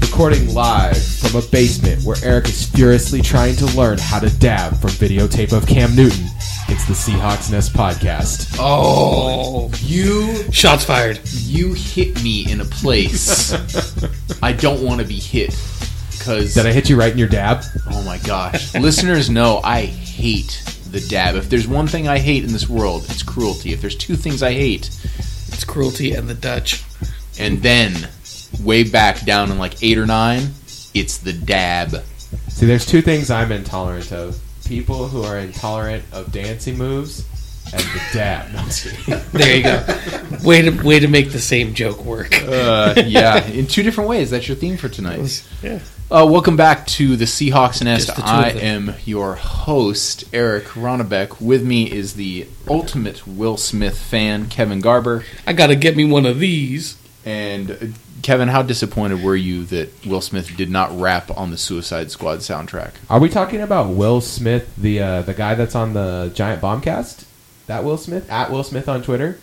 recording live from a basement where Eric is furiously trying to learn how to dab from videotape of Cam Newton. It's the Seahawks Nest podcast. Oh, You Shots fired. you hit me in a place I don't want to be hit. Because, did I hit you right in your dab? oh my gosh. Listeners know I hate the dab. If there's one thing I hate in this world, it's cruelty. If there's two things I hate, It's cruelty and the Dutch. and then way back down in like eight or nine, it's the dab. See, there's two things I'm intolerant of: people who are intolerant of dancing moves and the dab. No, I'm just kidding. There you go. way to way to make the same joke work. Uh, yeah, in two different ways. That's your theme for tonight. Yeah. Uh, welcome back to the Seahawks Nest. Just the two of I them. am your host, Eric Ronnebeck. With me is the ultimate Will Smith fan, Kevin Garber. I gotta get me one of these. And uh, Kevin, how disappointed were you that Will Smith did not rap on the Suicide Squad soundtrack? Are we talking about Will Smith, the uh, the guy that's on the Giant Bombcast? That Will Smith at Will Smith on Twitter?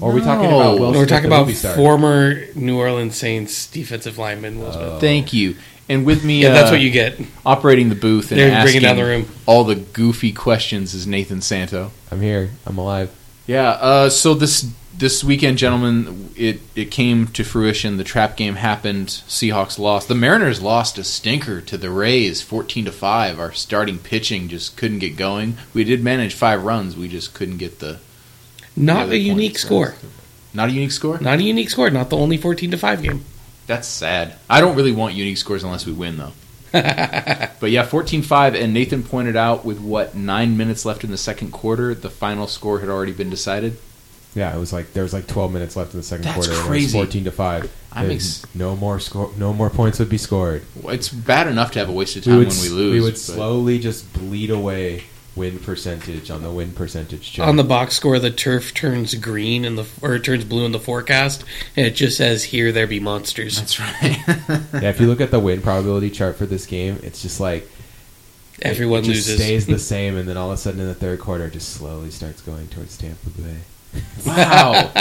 Or are we talking No. about Will Well, We're Smith, talking the about movie star? former New Orleans Saints defensive lineman Will Smith. Oh. Thank you. And with me, Oh. yeah, that's uh, what you get. operating the booth and There, bring it asking down the room. all the goofy questions is Nathan Santo. I'm here. I'm alive. Yeah. Uh, so this this weekend, gentlemen, it it came to fruition. The trap game happened. Seahawks lost. The Mariners lost a stinker to the Rays, fourteen to five. Our starting pitching just couldn't get going. We did manage five runs. We just couldn't get the Not the a unique points. score. not a unique score. Not a unique score. Not the only fourteen to five game. That's sad. I don't really want unique scores unless we win though. But yeah, 14-5 and Nathan pointed out with what 9 minutes left in the second quarter, the final score had already been decided. Yeah, it was like there was like 12 minutes left in the second That's quarter. and it was crazy. 14 to 5. I'm And ex- no more score no more points would be scored. It's bad enough to have a wasted time when we s- lose. we would but- slowly just bleed away win percentage on the win percentage chart. On the box score, the turf turns green in the or it turns blue in the forecast, and it just says, "Here there be monsters." That's right. yeah, if you look at the win probability chart for this game, it's just like It- Everyone it just loses. stays the same, and then all of a sudden in the third quarter, it just slowly starts going towards Tampa Bay. wow.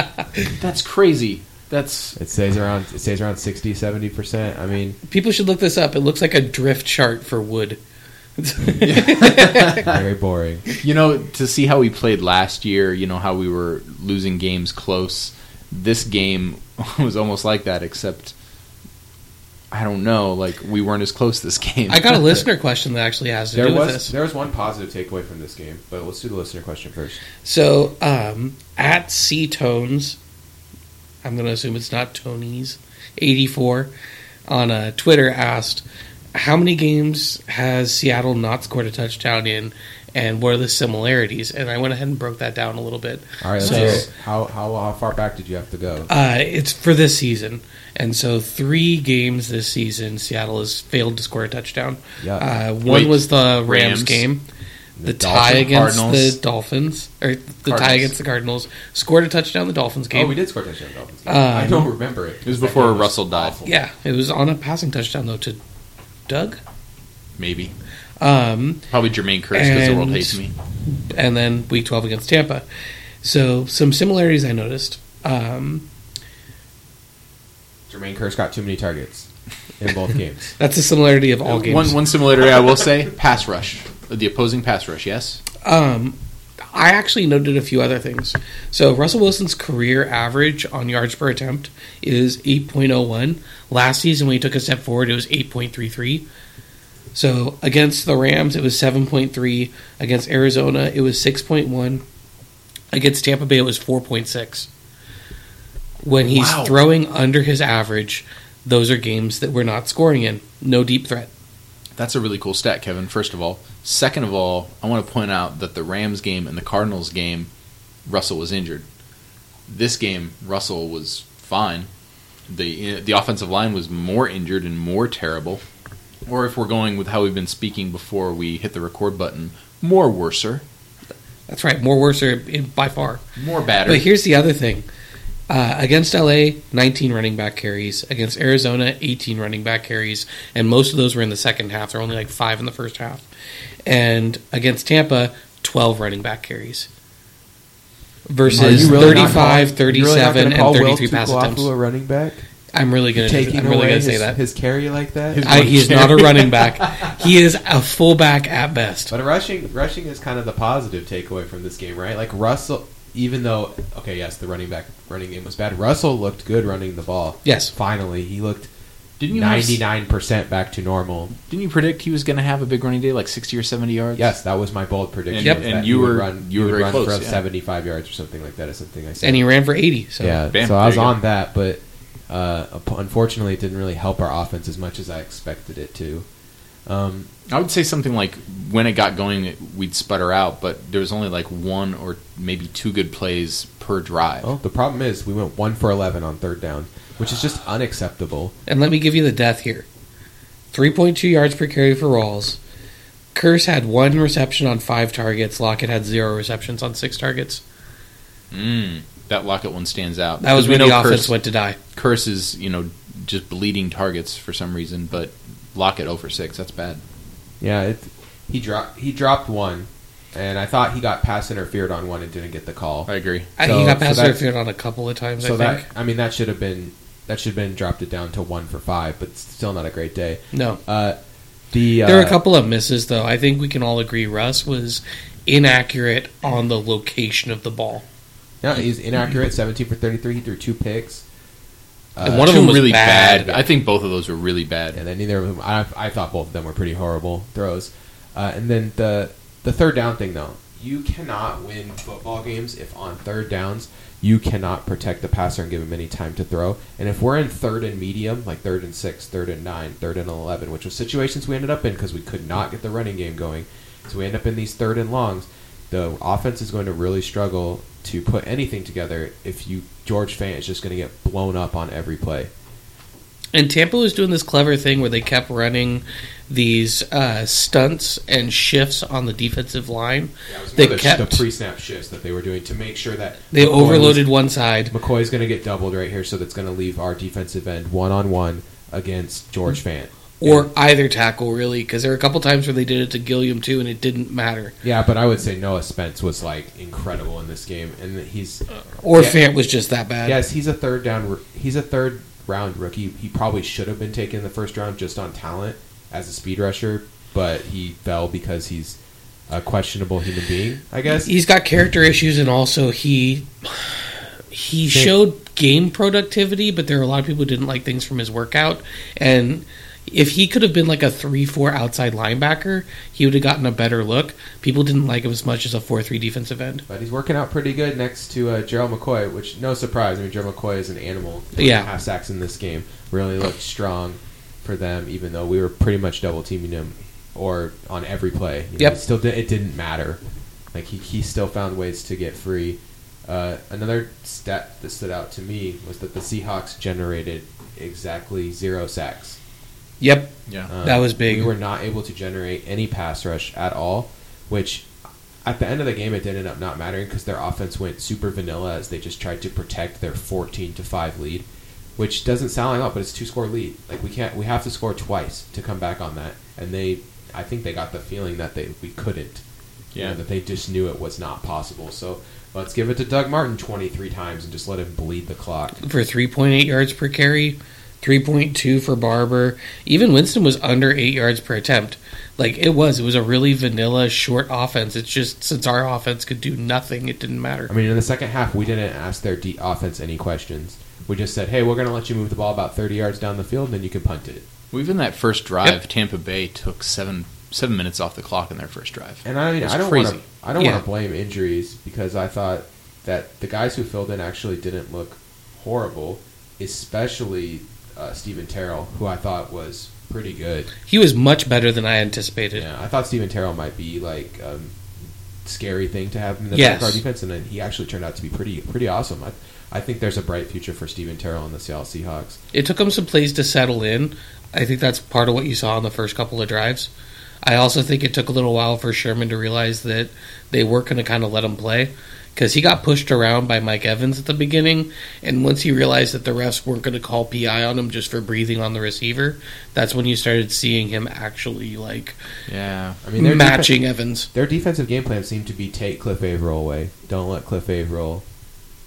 That's crazy. That's It stays around. It stays around 60, 70 percent. I mean, People should look this up. It looks like a drift chart for wood. very boring. you know to see how we played last year, you know how we were losing games close. This game was almost like that except I don't know, like we weren't as close this game. I got a listener question that actually has to There do with was this. there was one positive takeaway from this game, but let's do the listener question first. So, um, at C Tones, I'm going to assume it's not Tony's, 84, on uh, Twitter asked, How many games has Seattle not scored a touchdown in, and what are the similarities? And I went ahead and broke that down a little bit. All right, let's So- hear it. How, how how far back did you have to go? Uh, it's for this season. And so, three games this season, Seattle has failed to score a touchdown. Yeah, Uh, one Wait, was the Rams, Rams. game. The, tie Oh, Dolphin- against Cardinals. the Dolphins, or the tie Cardinals. against the Cardinals, scored a touchdown. in The Dolphins game, oh, we did score a touchdown. Dolphins. Um, I don't remember it. It was before Russell died. yeah, it was on a passing touchdown though to Doug, Maybe. um, Probably Jermaine Curse because the world And- hates me. and then Week Twelve against Tampa. So some similarities I noticed. Um, Jermaine Curse got too many targets in both games. that's a similarity of all games. One one similarity I will say, pass rush. The opposing pass rush, yes. Um, I actually noted a few other things. So Russell Wilson's career average on yards per attempt is 8.01. Last season, when he took a step forward, it was 8.33. So against the Rams, it was 7.3. Against Arizona, it was 6.1. Against Tampa Bay, it was 4.6. When he's Wow. throwing under his average, those are games that we're not scoring in. No deep threat. That's a really cool stat, Kevin, first of all. Second of all, I want to point out that the Rams game and the Cardinals game, Russell was injured. This game, Russell was fine. The the offensive line was more injured and more terrible. Or if we're going with how we've been speaking before we hit the record button, more worser, That's right. More worse are by far. more batter. But here's the other thing. Uh, against LA, 19 running back carries. Against Arizona, 18 running back carries. And most of those were in the second half. There were only like five in the first half. And against Tampa, 12 running back carries. Versus Are you really not 35, calling- you're really not 37, gonna call and Will 33 pass Tuilafu attempts. a running back? I'm really gonna. taking I'm really away gonna his, say that. his carry like that. I, he is not a running back. He is a fullback at best. But rushing, rushing is kind of the positive takeaway from this game, right? Like Russell, even though okay, yes, the running back running game was bad. Russell looked good running the ball. Yes. finally he looked Didn't you have- ninety nine percent back to normal. Didn't you predict he was going to have a big running day, like sixty or seventy yards? Yes, that was my bold prediction. Yep. was And that you he would were- run, he you were would very run close, for yeah. seventy five yards or something like that. Is something I said. And he ran for 80. So yeah, Bam, so I there was you go. on that, but uh, up- unfortunately, it didn't really help our offense as much as I expected it to. Um, I would say something like when it got going, it- we'd sputter out, but there was only like one or maybe two good plays per drive. Well, the problem is we went one for eleven on third down, which is just unacceptable. And let me give you the death here 3.2 yards per carry for Rawls. Curse had one reception on five targets. Lockett had zero receptions on six targets. Mm, that Lockett one stands out. That was Because we when the know offense Curse, went to die. Curse is you know just bleeding targets for some reason, but Lockett over six. That's bad. Yeah, it, he dropped he dropped one, and I thought he got pass interfered on one and didn't get the call. I agree. I So- he got so pass that- interfered on a couple of times, So I that think. I mean that should have been that should have been dropped it down to one for five, but still not a great day. No. Uh, the there were uh, a couple of misses, though. I think we can all agree Russ was inaccurate on the location of the ball. no, he's inaccurate. Seventeen for thirty three. He threw two picks. Uh, And one of Two them was really bad. I think both of those were really bad. and then neither of them. I, I thought both of them were pretty horrible throws. Uh, and then the the third down thing though, you cannot win football games if on third downs you cannot protect the passer and give him any time to throw. And if we're in third and medium, like third and six, third and nine, third and eleven, which was situations we ended up in because we could not get the running game going, so we end up in these third and longs. The offense is going to really struggle to put anything together if you George Fant is just going to get blown up on every play. And Tampa was doing this clever thing where they kept running these uh, stunts and shifts on the defensive line. Yeah, it was They more the, kept- the pre-snap shifts that they were doing to make sure that They McCoy was- overloaded one side. McCoy's going to get doubled right here, so that's going to leave our defensive end one on one against George Mm-hmm. Fant. or either tackle really because there were a couple times where they did it to Gilliam too and it didn't matter Yeah, but I would say Noah Spence was like incredible in this game, and he's or Yeah. Fant was just that bad yes, he's a third down, r- he's a third round rookie. He probably should have been taken in the first round just on talent as a speed rusher, but he fell because he's a questionable human being, I guess. he's got character issues and also he he Sure. showed game productivity but there were a lot of people who didn't like things from his workout and if he could have been like a 3-4 outside linebacker he would have gotten a better look people didn't like him as much as a 4-3 defensive end But he's working out pretty good next to uh, Gerald McCoy, which no surprise. I mean, Gerald McCoy is an animal. Yeah. half sacks in this game really looked strong for them, even though we were pretty much double teaming him or on every play. You know, Yep. it still did, it didn't matter. Like he, he still found ways to get free. Uh, another stat that stood out to me was that the Seahawks generated exactly zero sacks. yep Yeah. Um, That was big. We were not able to generate any pass rush at all, which at the end of the game it did end up not mattering because their offense went super vanilla as they just tried to protect their 14 to five lead, which doesn't sound like a lot, but it's two score lead. Like we can't, we have to score twice to come back on that, and they, I think they got the feeling that they we couldn't. You know, Yeah. that they just knew it was not possible. So let's give it to Doug Martin 23 times and just let him bleed the clock. for 3.8 yards per carry, 3.2 for Barber. Even Winston was under 8 yards per attempt. Like it was, it was a really vanilla short offense. It's just since our offense could do nothing, it didn't matter. I mean, in the second half, we didn't ask their de- offense any questions. We just said, "Hey, we're going to let you move the ball about 30 yards down the field, and then you can punt it." Well, even that first drive, Tampa Bay took seven seven minutes off the clock in their first drive. And I mean, It's I don't want crazy. to, I don't Yeah. want to blame injuries because I thought that the guys who filled in actually didn't look horrible, especially uh, Stephen Terrell, who I thought was pretty good. He was much better than I anticipated. Yeah, I thought Stephen Terrell might be like um, scary thing to have in the Yes. back guard defense, and then he actually turned out to be pretty pretty awesome. I, I think there's a bright future for Stephen Terrell and the Seattle Seahawks. It took him some plays to settle in. I think that's part of what you saw in the first couple of drives. I also think it took a little while for Sherman to realize that they were going to kind of let him play because he got pushed around by Mike Evans at the beginning. And once he realized that the refs weren't going to call PI on him just for breathing on the receiver, that's when you started seeing him actually like Yeah. I mean, their defen- matching Evans. Their defensive game plan seemed to be take Cliff Averill away. Don't let Cliff Averill,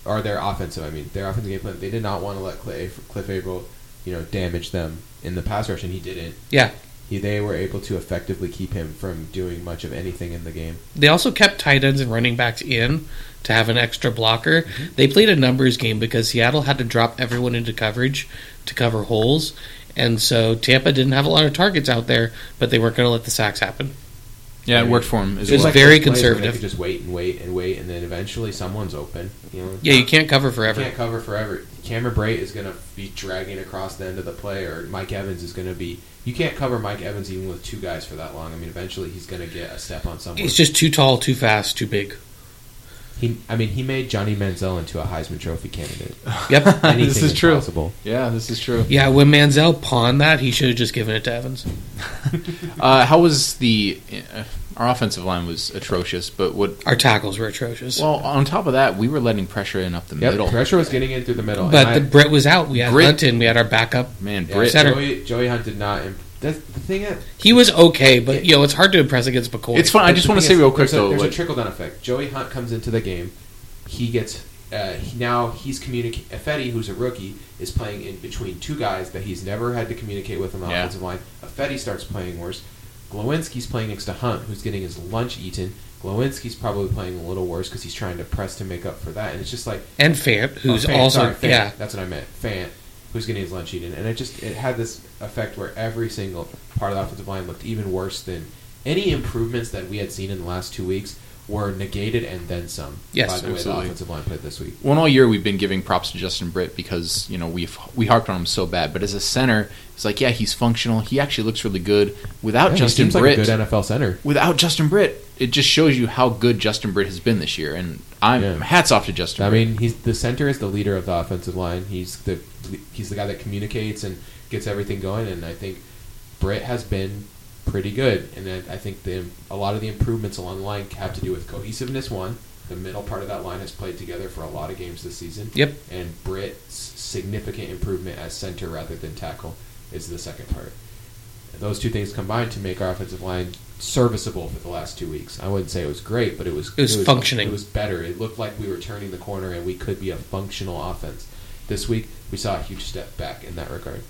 or their offensive. I mean, their offensive game plan. They did not want to let Cliff, Cliff Averill you know, damage them in the pass rush, and he didn't. Yeah. He, they were able to effectively keep him from doing much of anything in the game. They also kept tight ends and running backs in to have an extra blocker. Mm-hmm. They played a numbers game because Seattle had to drop everyone into coverage to cover holes. And so Tampa didn't have a lot of targets out there, but they weren't going to let the sacks happen. Yeah, it worked for him as It was well. like- very those plays where they conservative. could just wait and wait and wait, and then eventually someone's open. You know, Yeah, you can't cover forever. can't cover forever. Cameron Bray is going to be dragging across the end of the play, or Mike Evans is going to be. You can't cover Mike Evans even with two guys for that long. I mean, eventually he's going to get a step on someone. He's just too tall, too fast, too big. He, I mean, he made Johnny Manziel into a Heisman Trophy candidate. Yep. Anything this is true. Possible. Yeah, this is true. yeah, when Manziel pawned that, he should have just given it to Evans. Uh, how was the uh, our offensive line was atrocious, but what? Our tackles were atrocious. Well, on top of that, we were letting pressure in up the Yep, middle. pressure was getting in through the middle. but and I- the Brit was out. We had Britt- Hunton. We had our backup. Man, yeah, Britt, Set- Center. Joey, Joey Hunt did not. Imp- that's the thing that He was okay, but you know it's hard to impress against McCoy. it's fun. I But just the want to thing say is, real quick there's a- though, there's like, a trickle down effect. Joey Hunt comes into the game, he gets uh, he- now he's communicating. Effetti, who's a rookie, is playing in between two guys that he's never had to communicate with on the Yeah. offensive line. Effetti starts playing worse. Glowinski's playing next to Hunt, who's getting his lunch eaten. Glowinski's probably playing a little worse because he's trying to press to make up for that, and it's just like and Fant, who's oh, Fant, also sorry, Fant. yeah. that's what I meant. Fant, who's getting his lunch eaten, and it just it had this effect where every single part of the offensive line looked even worse than any improvements that we had seen in the last two weeks were negated and then some. Yes, by the way absolutely. the offensive line played this week. one all year we've been giving props to Justin Britt because you know we've we harped on him so bad, but as a center, it's like yeah, he's functional. He actually looks really good without Yeah, he Justin seems Britt. like a good NFL center. without Justin Britt, it just shows you how good Justin Britt has been this year. And I'm Yeah. hats off to Justin. I Britt. mean, he's the center is the leader of the offensive line. He's the he's the guy that communicates and gets everything going. And I think Britt has been pretty good. And then I think the a lot of the improvements along the line have to do with cohesiveness. One, the middle part of that line has played together for a lot of games this season. Yep. And Britt's significant improvement as center rather than tackle is the second part. Those two things combined to make our offensive line serviceable for the last two weeks. I wouldn't say it was great, but it was It was functioning. It was better. It looked like we were turning the corner and we could be a functional offense. This week we saw a huge step back in that regard.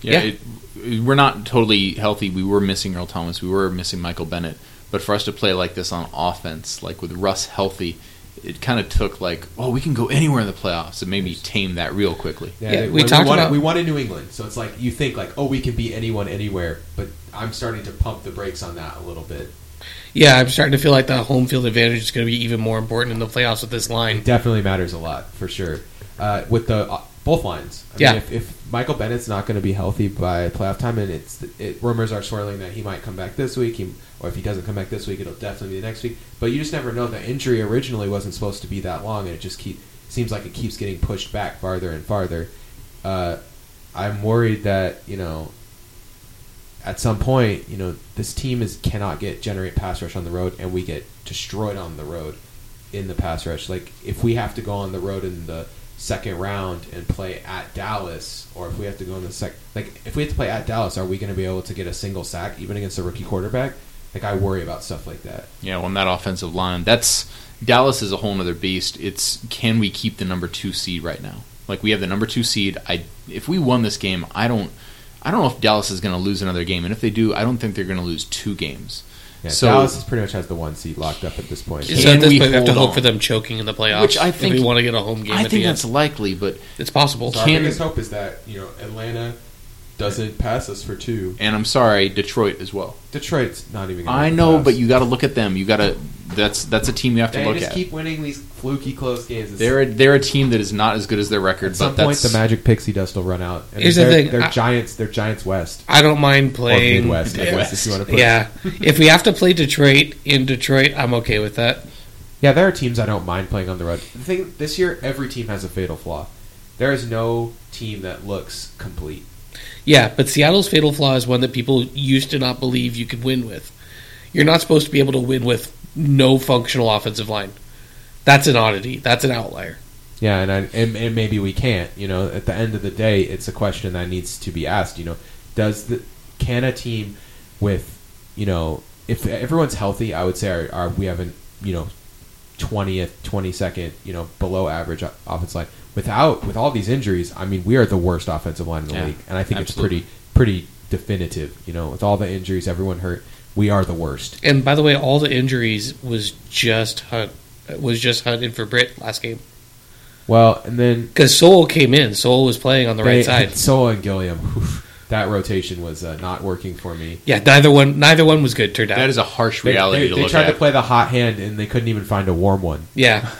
Yeah, Yeah. It, it- we're not totally healthy. We were missing Earl Thomas. We were missing Michael Bennett. But for us to play like this on offense, like with Russ healthy, it kind of took like, oh, we can go anywhere in the playoffs and maybe tame that real quickly. Yeah, they- we talked won, about- we won in New England, so it's like you think like, oh, we can beat anyone anywhere, but I'm starting to pump the brakes on that a little bit. Yeah, I'm starting to feel like the home field advantage is going to be even more important in the playoffs with this line. It definitely matters a lot for sure. Uh, with the uh, both lines, I Yeah. Mean, if, if Michael Bennett's not going to be healthy by playoff time, and it's it, rumors are swirling that he might come back this week, he, or if he doesn't come back this week, it'll definitely be the next week. But you just never know. The injury originally wasn't supposed to be that long, and it just keep seems like it keeps getting pushed back farther and farther. Uh, I'm worried that you know. At some point, you know this team is cannot get generate pass rush on the road, and we get destroyed on the road in the pass rush. Like if we have to go on the road in the second round and play at Dallas, or if we have to go in the sec, like if we have to play at Dallas, are we going to be able to get a single sack even against a rookie quarterback? Like I worry about stuff like that. Yeah, on that offensive line, that's Dallas is a whole other beast. It's can we keep the number two seed right now? Like we have the number two seed. I if we won this game, I don't, I don't know if Dallas is going to lose another game, and if they do, I don't think they're going to lose two games. Yeah, So- Dallas is pretty much has the one seat locked up at this point. Can so at this we point, we have to hold hope on? for them choking in the playoffs. Which I if think- we want to get a home game. I at the think end. that's likely, but it's possible. So our Can- biggest hope is that you know Atlanta doesn't pass us for two. and I'm sorry, Detroit as well. Detroit's not even. Gonna I make the know, playoffs. but you got to look at them. You got to that's that's a team you have to they look just at. keep winning these fluky close games. It's- they're a, they're a team that is not as good as their record, at but some point that's the magic pixie dust will run out. And Here's the they're, thing, they're I- giants. They're giants west I don't mind or playing. midwest. I guess, Midwest. if you want to put it Yeah, if we have to play Detroit in Detroit, I'm okay with that. Yeah, there are teams I don't mind playing on the road. The thing this year, every team has a fatal flaw. There is no team that looks complete. Yeah, but Seattle's fatal flaw is one that people used to not believe you could win with. You're not supposed to be able to win with no functional offensive line. That's an oddity. That's an outlier. Yeah, and I, and, and maybe we can't. You know, at the end of the day, it's a question that needs to be asked. You know, does the can a team with you know if everyone's healthy, I would say our, our, we have an you know twentieth, twenty second, you know, below average o- offensive line. Without with all these injuries, I mean, we are the worst offensive line in the Yeah, league, and I think absolutely. it's pretty pretty definitive. You know, with all the injuries, everyone hurt, we are the worst. And by the way, all the injuries was just Hunt was just Hunt and for Britt last game Well, and then because Soul came in. Soul was playing on the right side. Sola and Gilliam. oof, that rotation was uh, not working for me. Yeah, neither one neither one was good. Turned out. That is a harsh They, reality they- to they look tried at. to play the hot hand, and they couldn't even find a warm one. yeah,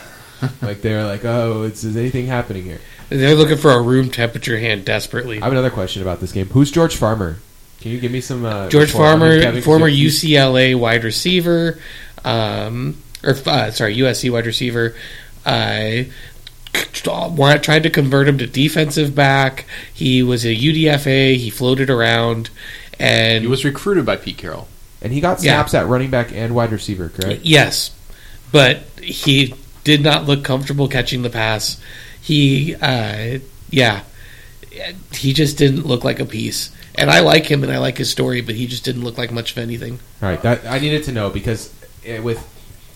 Like they were like, "Oh, it's, is anything happening here?" they're looking for a room temperature hand desperately. I have another question about this game. Who's George Farmer? Can you give me some uh, George report on this, Farmer, Kevin? 'Cause former you- UCLA wide receiver, um, or uh, sorry, USC wide receiver. Uh, wa- tried to convert him to defensive back. He was a UDFA. He floated around, and He was recruited by Pete Carroll. and he got Yeah. snaps at running back and wide receiver, correct? Yes, but he did not look comfortable catching the pass. He, uh, yeah, he just didn't look like a piece. And I like him and I like his story, but he just didn't look like much of anything. All right, that I needed to know because eh, with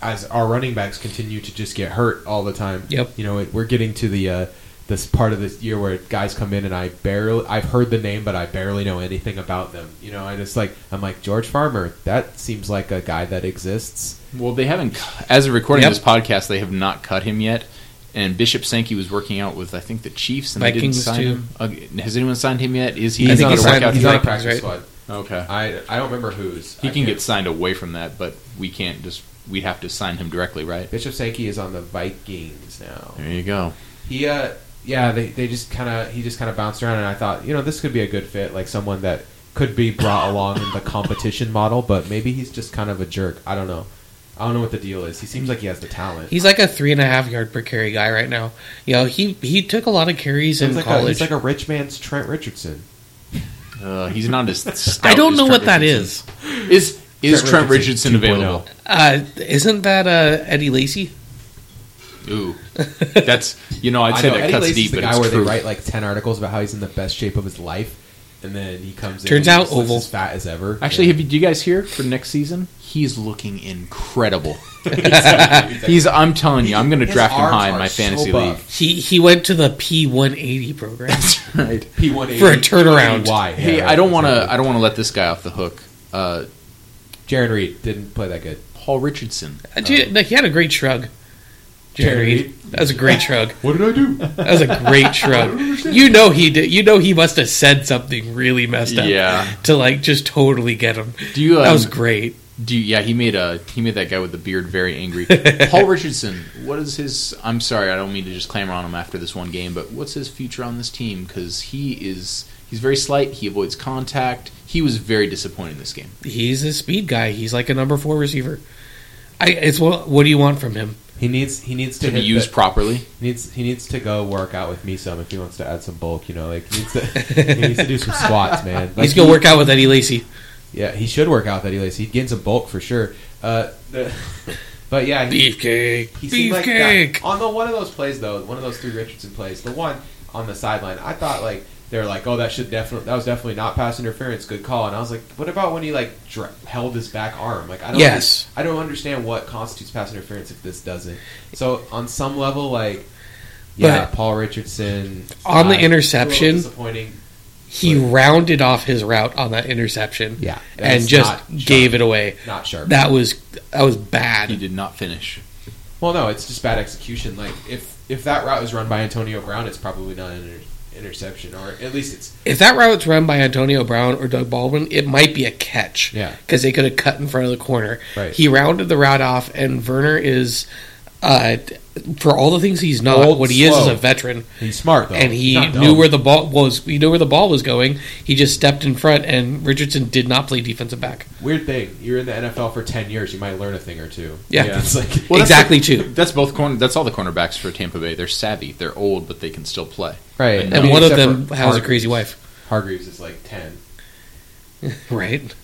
as our running backs continue to just get hurt all the time. Yep. You know, it, we're getting to the uh, this part of this year where guys come in and I barely I've heard the name but I barely know anything about them. You know, I just like I'm like George Farmer. That seems like a guy that exists. Well, they haven't, cu- as of recording Yep. this podcast, they have not cut him yet. And Bishop Sankey was working out with, I think, the Chiefs, and Vikings, they didn't sign him. Uh, has anyone signed him yet? Is he? I think on he a signed- workout- he's he's on a Vikings, practice right? squad. Okay. I I don't remember who's He I can can't- get signed away from that, but we can't just. We'd have to sign him directly, right? Bishop Sankey is on the Vikings now. There you go. He, uh, yeah, they, they just kind of he just kind of bounced around, and I thought, you know, this could be a good fit, like someone that could be brought along in the competition model, but maybe he's just kind of a jerk. I don't know. I don't know what the deal is. He seems like he has the talent. He's like a three and a half yard per carry guy right now. You know, he, he took a lot of carries in He's like, a, college. he's like a rich man's Trent Richardson. Uh, he's not as. I stout don't as know Trent what that Richardson. is. Is is Trent, Richardson, 2.0. available? Uh, isn't that uh, Eddie Lacy? Ooh, that's you know I'd I say know that Eddie cuts Lacy's deep, the but guy it's where true. they write like ten articles about how he's in the best shape of his life, and then he comes. Turns in and out he just looks oval. as fat as ever. Actually, Yeah. have you, do you guys hear for next season? He's looking incredible. He's I'm telling you, I'm going to His draft him arms high in are my so fantasy buff. league. He he went to the P one eighty program. That's right. P180 For a turnaround. Why? Hey, I don't want to. I don't want to let this guy off the hook. Uh, Jaron Reed didn't play that good. Paul Richardson. Uh, dude, no, he had a great shrug. Jerry Jerry, Reed. that was a great shrug. What did I do? That was a great shrug. You know he did. You know he must have said something really messed up. Yeah. To like just totally get him. Do you? Um, That was great. do you, yeah. He made a. He made that guy with the beard very angry. Paul Richardson. What is his? I'm sorry. I don't mean to just clamor on him after this one game, but what's his future on this team? Because he is. He's very slight. He avoids contact. He was very disappointing this game. He's a speed guy. He's like a number four receiver. I. It's what. What do you want from him? He needs he needs to, To be hit used the- properly. needs he needs to go work out with me some if he wants to add some bulk. You know, like he needs to he needs to do some squats, man. Like, He's gonna he- work out with Eddie Lacy. Yeah, he should work out that he lays. He'd gain some bulk for sure. Uh, the, but yeah, he, Beefcake. He seemed like that. Beefcake. on the one of those plays though, one of those three Richardson plays, the one on the sideline, I thought like they were like, oh, that should definitely that was definitely not pass interference, good call. And I was like, what about when he like dra- held his back arm? Like I don't, Yes. I don't understand what constitutes pass interference if this doesn't. So on some level, like. Yeah, Paul Richardson uh, a On the little interception, disappointing. He rounded off his route on that interception. Yeah, And just gave it away. Not sharp. That was that was He bad. did not finish. Well, no, it's just bad execution. Like if if that route was run by Antonio Brown, it's probably not an inter- interception, or at least it's If that route's run by Antonio Brown or Doug Baldwin, it might be a catch. Yeah. Because they could have cut in front of the corner. Right. He rounded the route off, and Werner is, uh, for all the things he's not, Old, what he is is slow. a veteran, he's smart though, and he Not dumb. knew where the ball was. He knew where the ball was going. He just stepped in front, and Richardson did not play defensive back. Weird thing, you're in the NFL for ten years, you might learn a thing or two. Yeah. Yeah. it's like Well, that's exactly the- too. That's both corner. That's all the cornerbacks for Tampa Bay. They're savvy. They're old, but they can still play. right, And And one of them has a crazy wife, Hargreaves is like ten, right?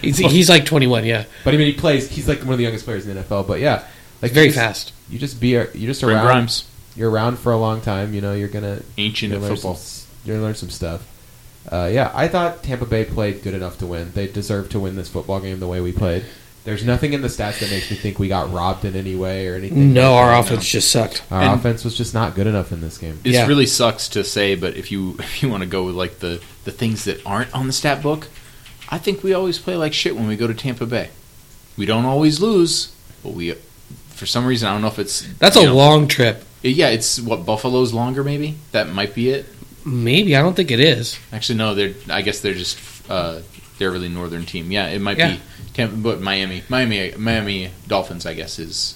He's, he's like 21, yeah. but I mean he plays. He's like one of the youngest players in the NFL. But yeah, like Like very you just- fast. You just be you just Brent around. Grimes, You're around for a long time. You know you're gonna ancient You're at gonna learn football. some- you're gonna learn some stuff. Uh, yeah, I thought Tampa Bay played good enough to win. They deserved to win this football game the way we played. There's nothing in the stats that makes me think we got robbed in any way or anything. No, our Our, offense just sucked. And- offense was just not good enough in this game. It Yeah. really sucks to say, but if you if you want to go with like the the things that aren't on the stat book, I think we always play like shit when we go to Tampa Bay. We don't always lose, but we for some reason I don't know if it's That's you a know, long trip. yeah it's what Buffalo's longer maybe that might be it. Maybe I don't think it is. Actually, no, they're I guess they're just uh, they're a really northern team. Yeah, it might Yeah. be Tampa, but Miami, Miami, Miami Dolphins, I guess is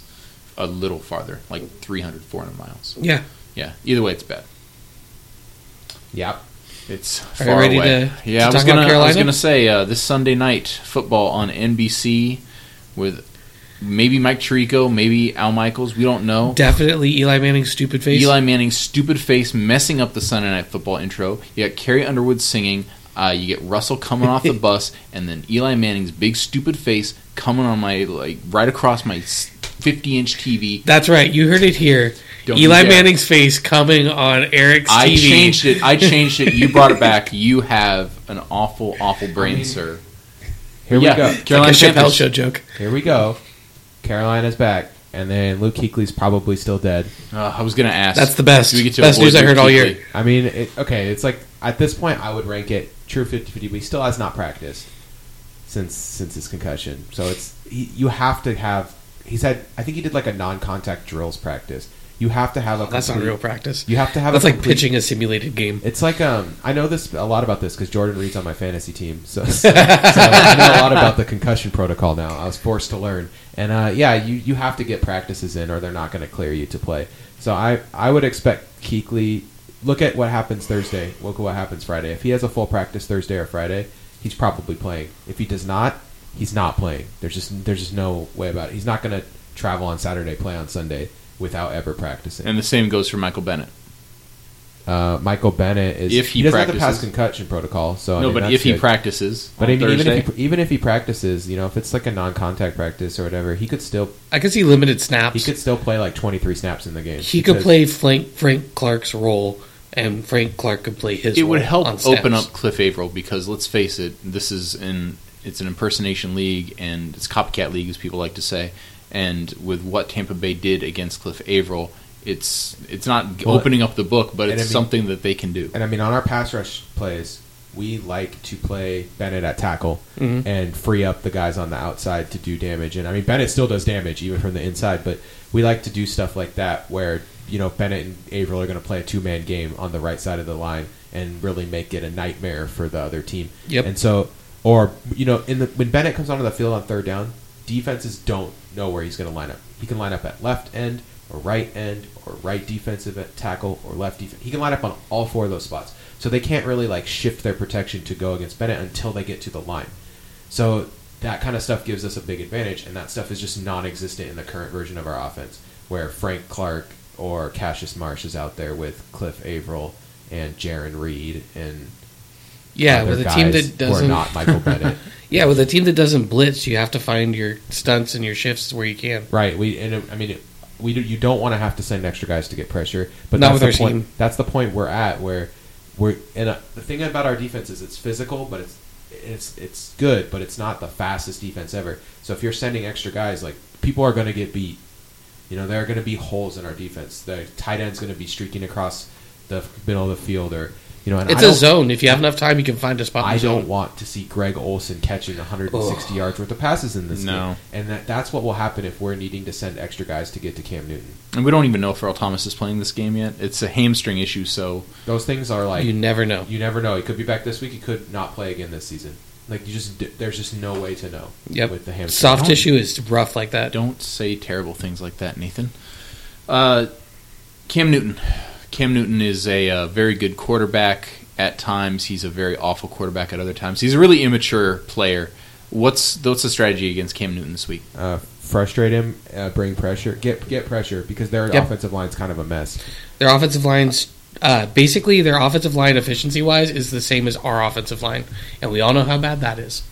a little farther, like 300, 400 miles. Yeah. Yeah, either way, it's bad. Yep. It's Are far you ready away. to- to yeah, I talk was about gonna. I was Carolina? gonna say uh, this Sunday night football on NBC with maybe Mike Tirico, maybe Al Michaels. We don't know. Definitely Eli Manning's stupid face. Eli Manning's stupid face messing up the Sunday Night Football intro. You got Carrie Underwood singing. Uh, you get Russell coming off the bus, and then Eli Manning's big stupid face coming on my like right across my fifty-inch TV. That's right. You heard it here. Don't Eli you dare. Manning's face coming on Eric's I TV. changed it. I changed it. You brought it back. You have an awful, awful brain, sir. Here yeah, we go. Carolina like a Chappelle Panthers. show joke. Here we go. Carolina's back, and then Luke Kuechly's probably still dead. Uh, I was gonna ask. That's the best. Do we get to best avoid news I Luke heard all Kuechly? year. I mean, it, okay, it's like at this point, I would rank it true 50-50, but he still has not practiced since since his concussion. So it's he, you have to have. He's had. I think he did like a non-contact drills practice. You have to have a. That's not complete- real practice. You have to have. That's a like complete- pitching a simulated game. It's like um, I know this a lot about this because Jordan reads on my fantasy team, so, so, so I know a lot about the concussion protocol now. I was forced to learn, and uh, yeah, you, you have to get practices in, or they're not going to clear you to play. So I I would expect Keekly. Look at what happens Thursday. Look at what happens Friday. If he has a full practice Thursday or Friday, he's probably playing. If he does not, he's not playing. There's just there's just no way about it. He's not going to travel on Saturday, play on Sunday without ever practicing. And the same goes for Michael Bennett. Uh, Michael Bennett is If he doesn't have to pass practices. concussion protocol. So I no, mean, but that's if he good. practices, but on I mean, even Thursday- if he, even if he practices, you know, if it's like a non-contact practice or whatever, he could still I could see limited he snaps. could still play like 23 snaps in the game. He could because- play Frank, Frank Clark's role, and Frank Clark could play his. it would role on help snaps. open up Cliff Averill because let's face it, this is an it's an impersonation league and it's copycat league, as people like to say. And with what Tampa Bay did against Cliff Averill, it's it's not g- Well, opening up the book, but and it's I mean- something that they can do. And I mean, on our pass rush plays, we like to play Bennett at tackle Mm-hmm. and free up the guys on the outside to do damage. And I mean, Bennett still does damage even from the inside, but we like to do stuff like that where you know Bennett and Averill are going to play a two man game on the right side of the line and really make it a nightmare for the other team. Yep. And so, or you know, in the when Bennett comes onto the field on third down, defenses don't know where he's going to line up. He can line up at left end or right end or right defensive at tackle or left defense. He can line up on all four of those spots. So they can't really like shift their protection to go against Bennett until they get to the line. So that kind of stuff gives us a big advantage, and that stuff is just non-existent in the current version of our offense, where Frank Clark or Cassius Marsh is out there with Cliff Averill and Jaron Reed and Yeah, other with a team guys that who are doesn't. not Michael Bennett. Yeah, with a team that doesn't blitz, you have to find your stunts and your shifts where you can. Right. We and it, I mean, it, we do, you don't want to have to send extra guys to get pressure, but Not that's with the our point. team. That's the point we're at where we're and uh, the thing about our defense is it's physical, but it's it's it's good, but it's not the fastest defense ever. So if you're sending extra guys, like people are going to get beat. You know, there are going to be holes in our defense. The tight end's going to be streaking across the middle of the field, or you know, and It's I a don't- zone. If you have enough time, you can find a spot. in I the zone. don't want to see Greg Olson catching 160 yards worth of passes in this No. game, and that, that's what will happen if we're needing to send extra guys to get to Cam Newton. And we don't even know if Earl Thomas is playing this game yet. It's a hamstring issue, so Those things are like you you, never know. never know. He could be back this week. He could not play again this season. Like you just d- there's just no way to know. Yep. With the hamstring. Soft Don't- tissue is rough like that. don't say terrible things like that, Nathan. Uh, Cam Newton. Cam Newton is a uh, very good quarterback at times. He's a very awful quarterback at other times. He's a really immature player. What's what's the strategy against Cam Newton this week? Uh, frustrate him. Uh, bring pressure. Get get pressure because their Yep. offensive line's kind of a mess. Their offensive lines, uh, basically, their offensive line efficiency wise is the same as our offensive line, and we all know how bad that is.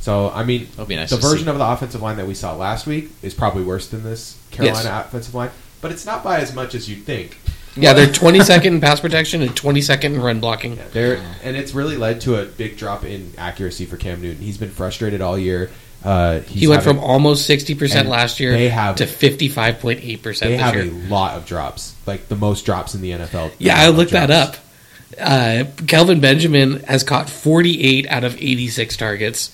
So I mean, That'll be nice. the to see. version of the offensive line that we saw last week is probably worse than this Carolina offensive line, but it's not by as much as you'd think. Yeah, they're 22nd in pass protection and 22nd in run blocking. Yeah, there and it's really led to a big drop in accuracy for Cam Newton. He's been frustrated all year. Uh, he's he went having- from almost 60% And last year they have- to 55.8% they this have year. a lot of drops, like the most drops in the NFL. Yeah, I Amount of looked that drops. up. Uh, Kelvin Benjamin has caught 48 out of 86 targets.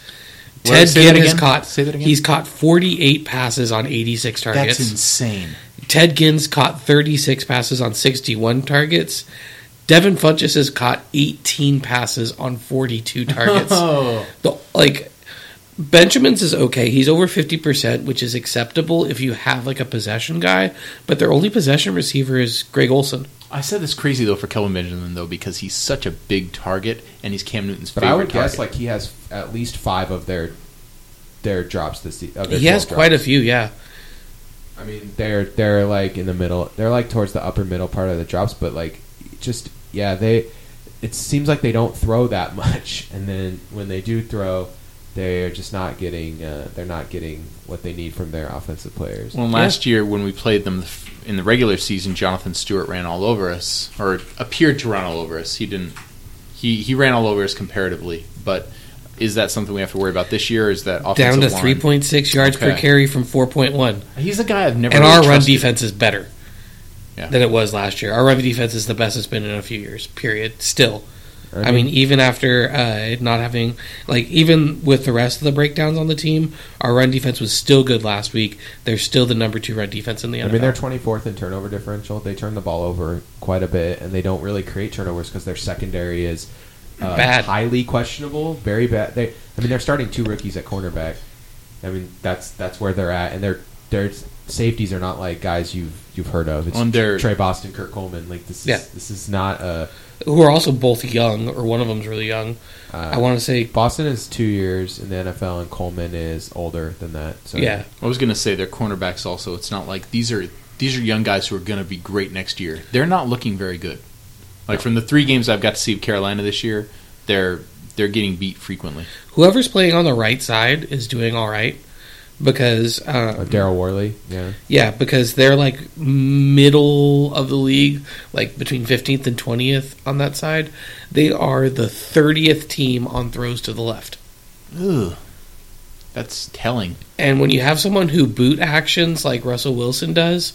What? Ted Say that Ginn has again? caught Say that again? he's caught 48 passes on 86 targets. That's insane. Ted Ginn's caught 36 passes on 61 targets. Devin Funches has caught 18 passes on 42 targets. Oh, the, like Benjamin's is okay. He's over 50%, which is acceptable if you have like a possession guy, but their only possession receiver is Greg Olson. I said this crazy though for Kelvin Benjamin though because he's such a big target and he's Cam Newton's But favorite I would target. guess like he has at least five of their their drops this season. He has quite a few, yeah. I mean, they're they're like in the middle. They're like towards the upper middle part of the drops, but like just yeah, they. It seems like they don't throw that much, and then when they do throw, they're just not getting. Uh, they're not getting what they need from their offensive players. Well, last year when we played them in the regular season, Jonathan Stewart ran all over us, or appeared to run all over us. He didn't. He he ran all over us comparatively, but is that something we have to worry about this year? Or is that Down offensive to line? 3.6 yards per Okay. carry from 4.1. He's a guy I've never. and really our run trusted. defense is better Yeah. than it was last year. Our run defense is the best it's been in a few years. Period. Still, I mean, even after uh, not having like even with the rest of the breakdowns on the team, our run defense was still good last week. They're still the number two run defense in the NFL. I mean, they're 24th in turnover differential. They turn the ball over quite a bit, and they don't really create turnovers because their secondary is uh, Bad. highly questionable, very bad. They, I mean, they're starting two rookies at cornerback. I mean, that's that's where they're at, and their their safeties are not like guys you've you've heard of. It's On their- Trey Boston, Kirk Coleman. Like this is Yeah. this is not a who are also both young, or one of them's really young. I want to say, uh, Boston is two years in the NFL, and Coleman is older than that. So yeah, I was going to say their cornerbacks also. It's not like these are these are young guys who are going to be great next year. They're not looking very good. Like from the three games I've got to see of Carolina this year, they're they're getting beat frequently. whoever's playing on the right side is doing all right because uh, Uh, Daryl Worley, yeah, Yeah, because they're like middle of the league, like between 15th and 20th on that side. They are the 30th team on throws to the left. Ugh, that's telling. And when you have someone who boot actions like Russell Wilson does,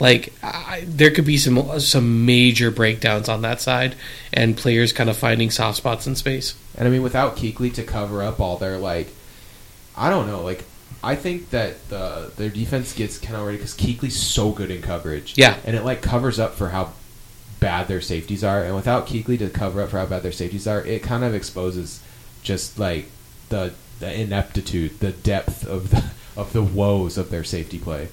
like I, there could be some some major breakdowns on that side and players kind of finding soft spots in space. And I mean, without Keekly to cover up all their like, I don't know, like I think that the their defense gets kind of ready because Keekly's so good in coverage. Yeah. and it like covers up for how bad their safeties are, and without Keekly to cover up for how bad their safeties are, it kind of exposes just like the the ineptitude, the depth of the of the woes of their safety play.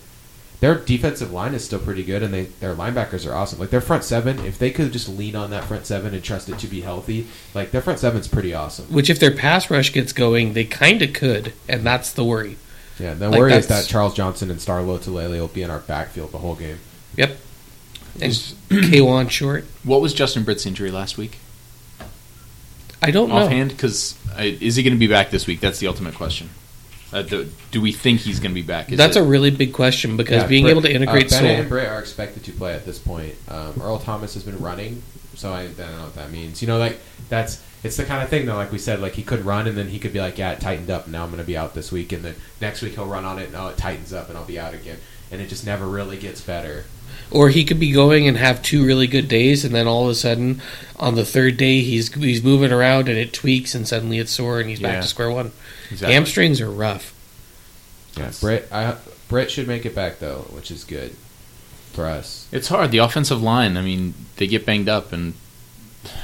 Their defensive line is still pretty good, and they their linebackers are awesome. Like their front seven, if they could just lean on that front seven and trust it to be healthy, like their front seven's pretty awesome. Which if their pass rush gets going, they kind of could, and that's the worry. Yeah, the Like, worry is that's- that Charles Johnson and Starlo Tulele will be in our backfield the whole game. And Kwan short, What was Justin Britt's injury last week? I don't know. Offhand, because is he going to be back this week? That's the ultimate question. Uh, do, do we think he's going to be back? Is That's it- a really big question because Yeah, being Britt- able to integrate uh, Bennett soul. and Britt are expected to play at this point. Um, Earl Thomas has been running, so I, I don't know what that means. You know, like that's it's the kind of thing though. Like we said, like he could run and then he could be like, yeah, it tightened up. And now I'm going to be out this week, and then next week he'll run on it, and oh, it tightens up, and I'll be out again. And it just never really gets better. Or he could be going and have two really good days, and then all of a sudden, on the third day, he's he's moving around and it tweaks, and suddenly it's sore, and he's back Yeah. to square one. Exactly. Hamstrings are rough. Yeah, Britt, I, Britt should make it back though, which is good for us. It's hard. The offensive line. I mean, they get banged up, and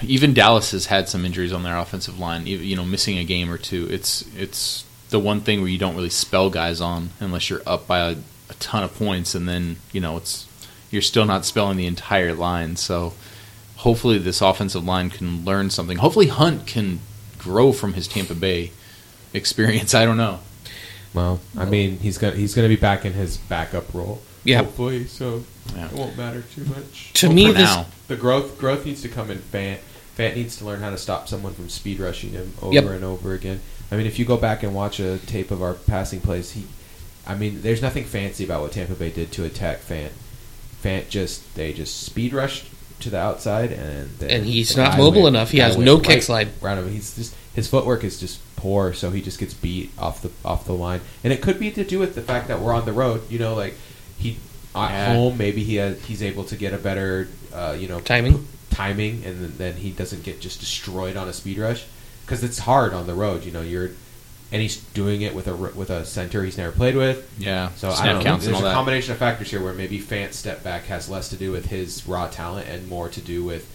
even Dallas has had some injuries on their offensive line. e, You you know, missing a game or two. It's it's the one thing where you don't really spell guys on unless you're up by a, a ton of points, and then you know it's you're still not spelling the entire line. So hopefully, this offensive line can learn something. Hopefully, Hunt can grow from his Tampa Bay experience. I don't know. Well, I mean, he's gonna he's gonna be back in his backup role. Yeah. hopefully. So Yeah. it won't matter too much. To Well, me, for this now. The growth growth needs to come in. Fant Fant needs to learn how to stop someone from speed rushing him over Yep. and over again. I mean, if you go back and watch a tape of our passing plays, he, I mean, there's nothing fancy about what Tampa Bay did to attack Fant. Fant just they just speed rushed to the outside and then And he's the not guy mobile went- enough. He guy has went no kick right slide. Around him, he's just his footwork is just poor, so he just gets beat off the off the line. And it could be to do with the fact that we're on the road. You know, like he at Yeah. home, maybe he has, he's able to get a better, uh, you know, Timing. timing, and then, then he doesn't get just destroyed on a speed rush because it's hard on the road. You know, you're and he's doing it with a r- with a center he's never played with. Yeah, So I snap don't know. counts There's and a all that. combination of factors here where maybe Fant's step back has less to do with his raw talent and more to do with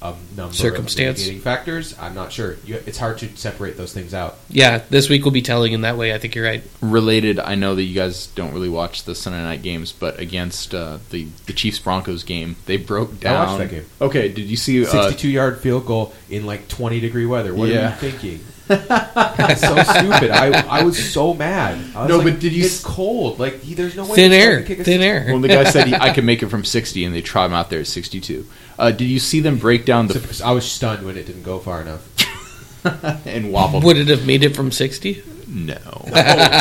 a number Circumstance. of mitigating factors. I'm not sure. You, it's hard to separate those things out. Yeah, this week will be telling in that way. I think you're right. Related, I know that you guys don't really watch the Sunday night games, but against uh, the the Chiefs Broncos game, they broke down. I watched that game. Okay, did you see? Uh, 62 yard field goal in like 20 degree weather. What are Yeah. you thinking? That's so stupid. I, I was so mad. I was No, like, but did you It's s- cold. Like he- there's no way. Thin this guy air. can kick a Thin six- air. when the guy said he, I could make it from sixty, and they tried him out there at sixty-two. Uh, did you see them break down the So- I was stunned when it didn't go far enough. and wobble? Would it have made it from 60? No. Oh,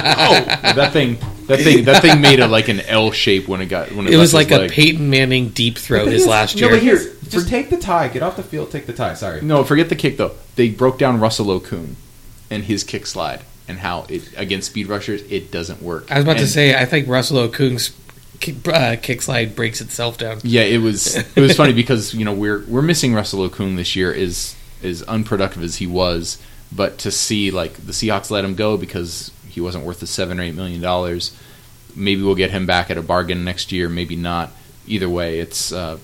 that thing, that thing, that thing made a like an L shape when it got when it, It was like left his a leg. Peyton Manning deep throw But his yes, last no, year. but here, just take the tie. Get off the field. Take the tie. Sorry. No, forget the kick though. They broke down Russell Okung and his kick slide and how it against speed rushers it doesn't work. I was about to And- say, I think Russell Okung's kick, uh, kick slide breaks itself down. Yeah, it was it was funny because you know we're we're missing Russell Okung this year is as unproductive as he was, but to see like the Seahawks let him go because he wasn't worth the seven or eight million dollars. Maybe we'll get him back at a bargain next year. Maybe not. Either way, it's uh,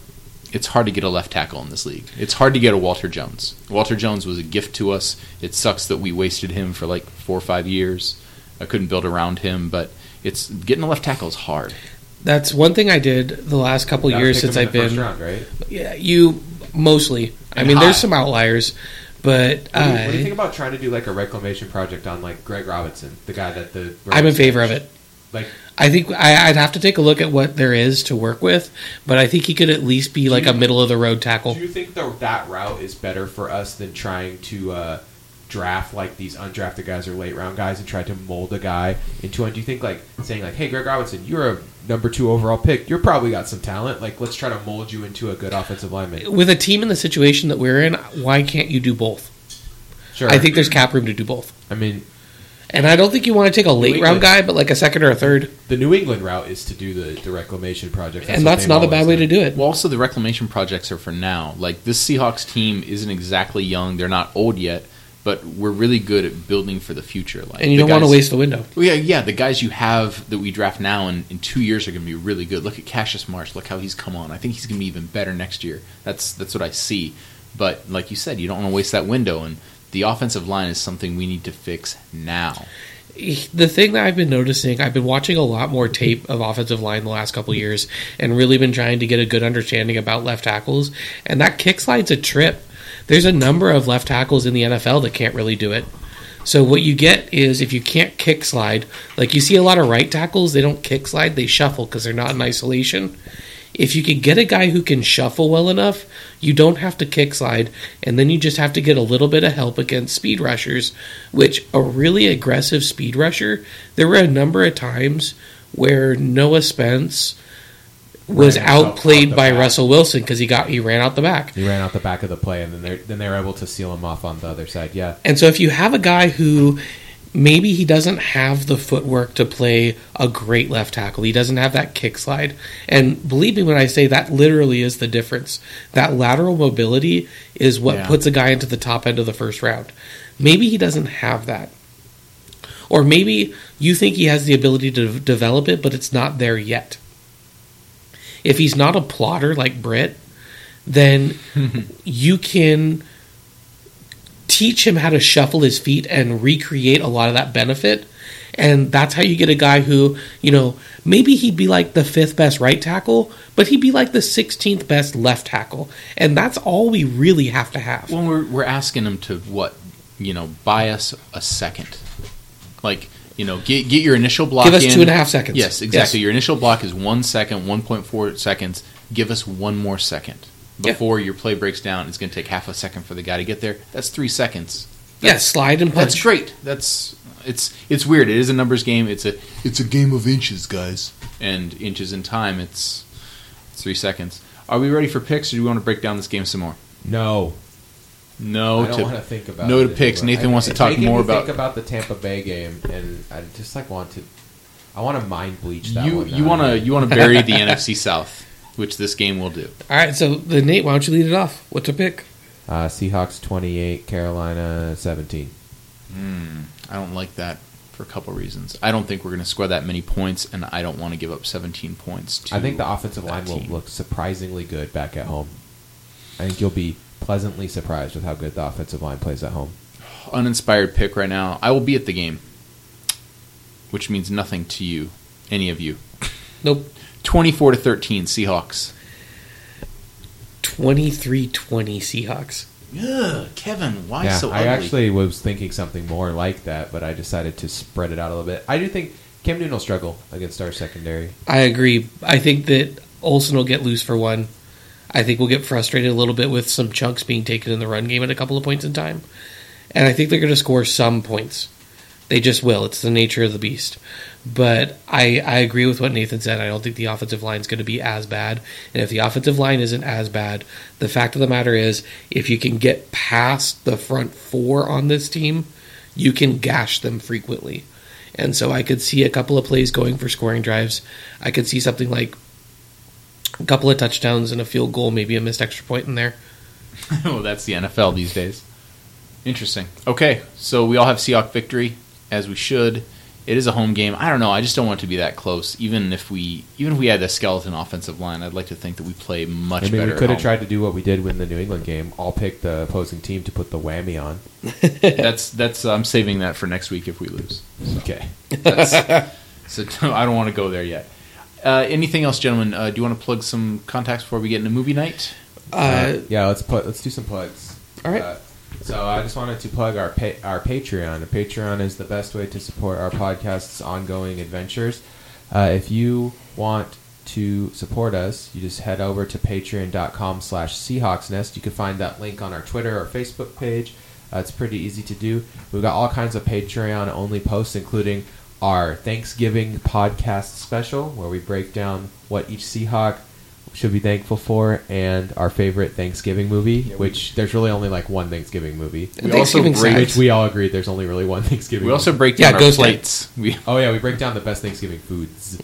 it's hard to get a left tackle in this league. It's hard to get a Walter Jones. Walter Jones was a gift to us. It sucks that we wasted him for like four or five years. I couldn't build around him, but it's getting a left tackle is hard. That's one thing I did the last couple That years picked him since in I've the first been. round, right? Yeah, you mostly. I And mean, high. there's some outliers, but What do, you, what do you I, think about trying to do like a reclamation project on like Greg Robinson, the guy that the I'm in favor of it. Like I think I, I'd have to take a look at what there is to work with, but I think he could at least be like a middle of the road tackle. Do you think the, that route is better for us than trying to uh, draft like these undrafted guys or late round guys and try to mold a guy into one? Do you think like saying like, "Hey, Greg Robinson, you're a number two overall pick. You're probably got some talent. Like, let's try to mold you into a good offensive lineman." With a team in the situation that we're in, why can't you do both? Sure. I think there's cap room to do both. I mean, And I don't think you want to take a late Wait, round wait. guy, but like a second or a third. the New England route is to do the, the reclamation project, and what that's they've not a bad always way to done. do it. Well, also the reclamation projects are for now. Like this Seahawks team isn't exactly young; they're not old yet, but we're really good at building for the future. Like, And you the don't want to guys- waste the window. Well, yeah, yeah. The guys you have that we draft now in, in two years are going to be really good. Look at Cassius Marsh. Look how he's come on. I think he's going to be even better next year. That's that's what I see. But like you said, you don't want to waste that window. And the offensive line is something we need to fix now. The thing that I've been noticing, I've been watching a lot more tape of offensive line the last couple years and really been trying to get a good understanding about left tackles. And that kick slide's a trip. There's a number of left tackles in the NFL that can't really do it. So what you get is if you can't kick slide, like you see a lot of right tackles, they don't kick slide, they shuffle because they're not in isolation. If you could get a guy who can shuffle well enough, you don't have to kick slide, and then you just have to get a little bit of help against speed rushers, which a really aggressive speed rusher, there were a number of times where Noah Spence was Ran himself out outplayed the by back. Russell Wilson because he got he ran out the back. He ran out the back of the play, and then they then they were able to seal him off on the other side. Yeah, And so if you have a guy who maybe he doesn't have the footwork to play a great left tackle, he doesn't have that kick slide. And believe me when I say that literally is the difference. That lateral mobility is what Yeah. puts a guy into the top end of the first round. Maybe he doesn't have that. Or maybe you think he has the ability to de- develop it, but it's not there yet. If he's not a plotter like Britt, then you can teach him how to shuffle his feet and recreate a lot of that benefit. And that's how you get a guy who, you know, maybe he'd be like the fifth best right tackle, but he'd be like the 16th best left tackle. And that's all we really have to have. Well, we're we're asking them to what you know buy us a second, like you know get get your initial block. Give us in. two and a half seconds. Yes, exactly. Yes. Your initial block is one second, one point four seconds. Give us one more second Yeah. before your play breaks down. It's going to take half a second for the guy to get there. That's three seconds. yeah, slide and punch. That's great. That's it's it's weird. It is a numbers game. It's a it's a game of inches, guys, and inches in time. It's, it's three seconds. Are we ready for picks, or do we want to break down this game some more? no, No, I don't to- want Oh, to think about. no it to picks. anymore. Nathan I- wants to it's talk making more me about- think about the Tampa Bay game, and I just like want to. I want to mind bleach that you one. you want to you want to bury the NFC South, which this game will do. All right, so the Nate, why don't you lead it off? What's a pick? uh, Seahawks twenty eight, Carolina seventeen. I don't like that for a couple reasons. I don't think we're going to score that many points, and I don't want to give up 17 points. To I think the offensive that line will team. look surprisingly good back at home. I think you'll be pleasantly surprised with how good the offensive line plays at home. uninspired pick right now. I will be at the game, which means nothing to you, any of you. Nope. 24 to 13 Seahawks. 23-20 Seahawks. Ugh, Kevin, why yeah, so I ugly? actually was thinking something more like that, but I decided to spread it out a little bit. I do think Cam Newton will struggle against our secondary. I agree. I think that Olsen will get loose for one. I think we'll get frustrated a little bit with some chunks being taken in the run game at a couple of points in time. And I think they're going to score some points. They just will. It's the nature of the beast. But I, I agree with what Nathan said. I don't think the offensive line is going to be as bad. And if the offensive line isn't as bad, the fact of the matter is, if you can get past the front four on this team, you can gash them frequently. And so I could see a couple of plays going for scoring drives. I could see something like a couple of touchdowns and a field goal, maybe a missed extra point in there. well, that's the NFL these days. Interesting. Okay, so we all have Seahawk victory as we should. It is a home game. I don't know. I just don't want it to be that close. Even if we, even if we had a skeleton offensive line, I'd like to think that we play much I mean, better. we at could have home. tried to do what we did win the New England game. I'll pick the opposing team to put the whammy on. That's that's. I'm saving that for next week if we lose. Okay. That's, so I don't want to go there yet. Uh, anything else, gentlemen? Uh, do you want to plug some contacts before we get into movie night? Uh, yeah, let's put, let's do some plugs. All right. Uh, so I just wanted to plug our pa- our Patreon. Patreon is the best way to support our podcast's ongoing adventures. Uh, if you want to support us, you just head over to patreon.com slash Seahawks Nest. You can find that link on our Twitter or Facebook page. Uh, it's pretty easy to do. We've got all kinds of Patreon-only posts, including our Thanksgiving podcast special, where we break down what each Seahawk should be thankful for and our favorite Thanksgiving movie, which there's really only like one Thanksgiving movie. and we also Thanksgiving break- side. Which we all agree there's only really one Thanksgiving. We also movie. break Yeah, down our Ghost Light. plates. We oh yeah, we break down the best Thanksgiving foods,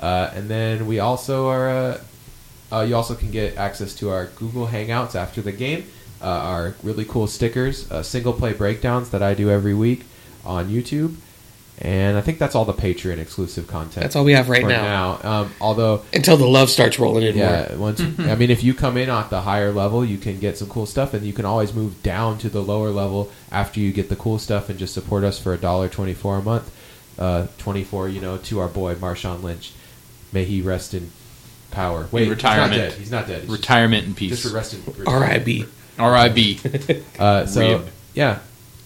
uh, and then we also are. Uh, uh, you also can get access to our Google Hangouts after the game, uh, our really cool stickers, uh, single play breakdowns that I do every week on YouTube, and I think that's all the Patreon exclusive content. That's all we have right for now. now. Um, although until the love starts rolling in more. yeah, once I mean, if you come in at the higher level, you can get some cool stuff, and you can always move down to the lower level after you get the cool stuff, and just support us for a dollar twenty-four a month. Uh, twenty-four, you know, to our boy Marshawn Lynch. May he rest in power. Wait, retirement. He's not dead. He's not dead. He's retirement in Just, peace. just rest in R.I.B. R.I.B. Uh, so Rib. yeah,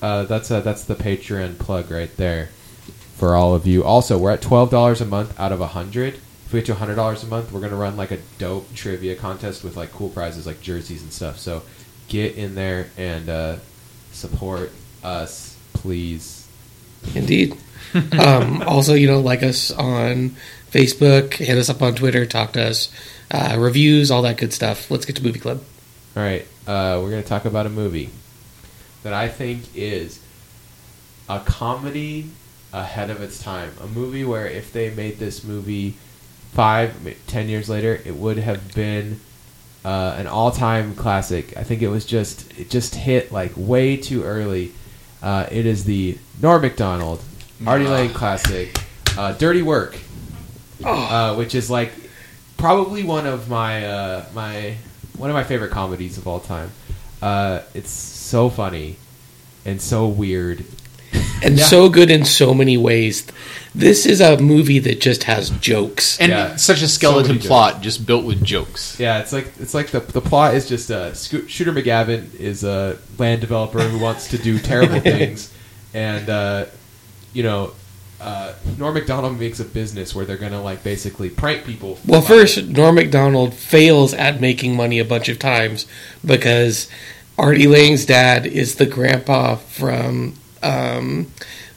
uh, that's uh, that's the Patreon plug right there for all of you. Also, we're at twelve dollars a month out of a hundred. If we get to hundred dollars a month, we're gonna run like a dope trivia contest with like cool prizes like jerseys and stuff. So get in there and uh, support us, please. Indeed. um, also, you know, like us on Facebook, hit us up on Twitter, talk to us, uh, reviews, all that good stuff. Let's get to movie club. All right, uh, we're going to talk about a movie that I think is a comedy ahead of its time. A movie where if they made this movie five, ma- ten years later, it would have been uh, an all-time classic. I think it was just it just hit like way too early. Uh, it is the Norm Macdonald, Artie Lang classic, uh, Dirty Work, uh, which is like probably one of my uh, my one of my favorite comedies of all time. Uh, it's so funny and so weird. And Yeah. so good in so many ways. This is a movie that just has jokes. and Yeah. such a So skeleton many plot, just built with jokes. Yeah, it's like it's like the the plot is just uh, Sco- Shooter McGavin is a land developer who wants to do terrible things, and uh, you know. Uh, Norm Macdonald makes a business where they're gonna like basically prank people. for Well, money. first, Norm MacDonald fails at making money a bunch of times because Artie Lang's dad is the grandpa from Uh. um,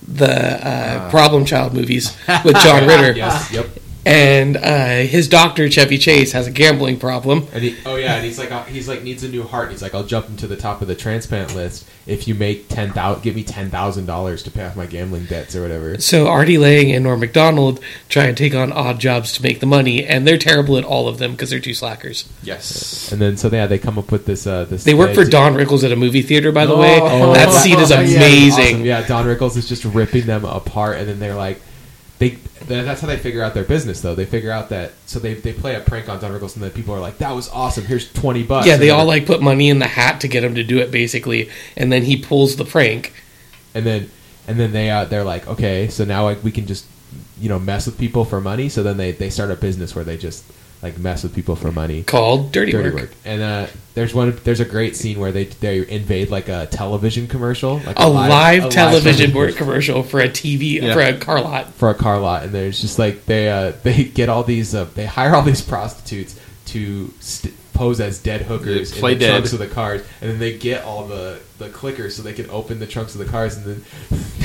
the uh, Problem Child movies with John Ritter. yes, yep. and uh, his doctor Chevy Chase has a gambling problem. And he, oh yeah, and he's like, uh, he's like needs a new heart. And he's like, I'll jump him to the top of the transplant list if you make ten thousand, give me ten thousand dollars to pay off my gambling debts or whatever. So Artie Lang and Norm Macdonald try and take on odd jobs to make the money, and they're terrible at all of them because they're two slackers. Yes. And then so yeah, they come up with this. Uh, this They work for idea- Don Rickles at a movie theater, by the way. Oh, that scene is yeah, it's amazing. awesome. Yeah, Don Rickles is just ripping them apart, and then they're like, they. th- That's how they figure out their business, though. They figure out that so they they play a prank on Don Rickles, and then people are like, "That was awesome. Here's twenty bucks." Yeah, And they then- all like put money in the hat to get him to do it, basically, and then he pulls the prank. and then and then they uh, they're like, "Okay, so now like, we can just you know mess with people for money." So then they they start a business where they just like mess with people for money. called Dirty, Dirty Work. work. And uh, there's one. There's a great scene where they they invade like a television commercial, like A live, a television board commercial commercial for a TV Yeah. for a car lot. for a car lot, and there's just like they uh, they get all these uh, they hire all these prostitutes to st- pose as dead hookers They play in the dead. trunks of the cars, and then they get all the the clickers so they can open the trunks of the cars, and then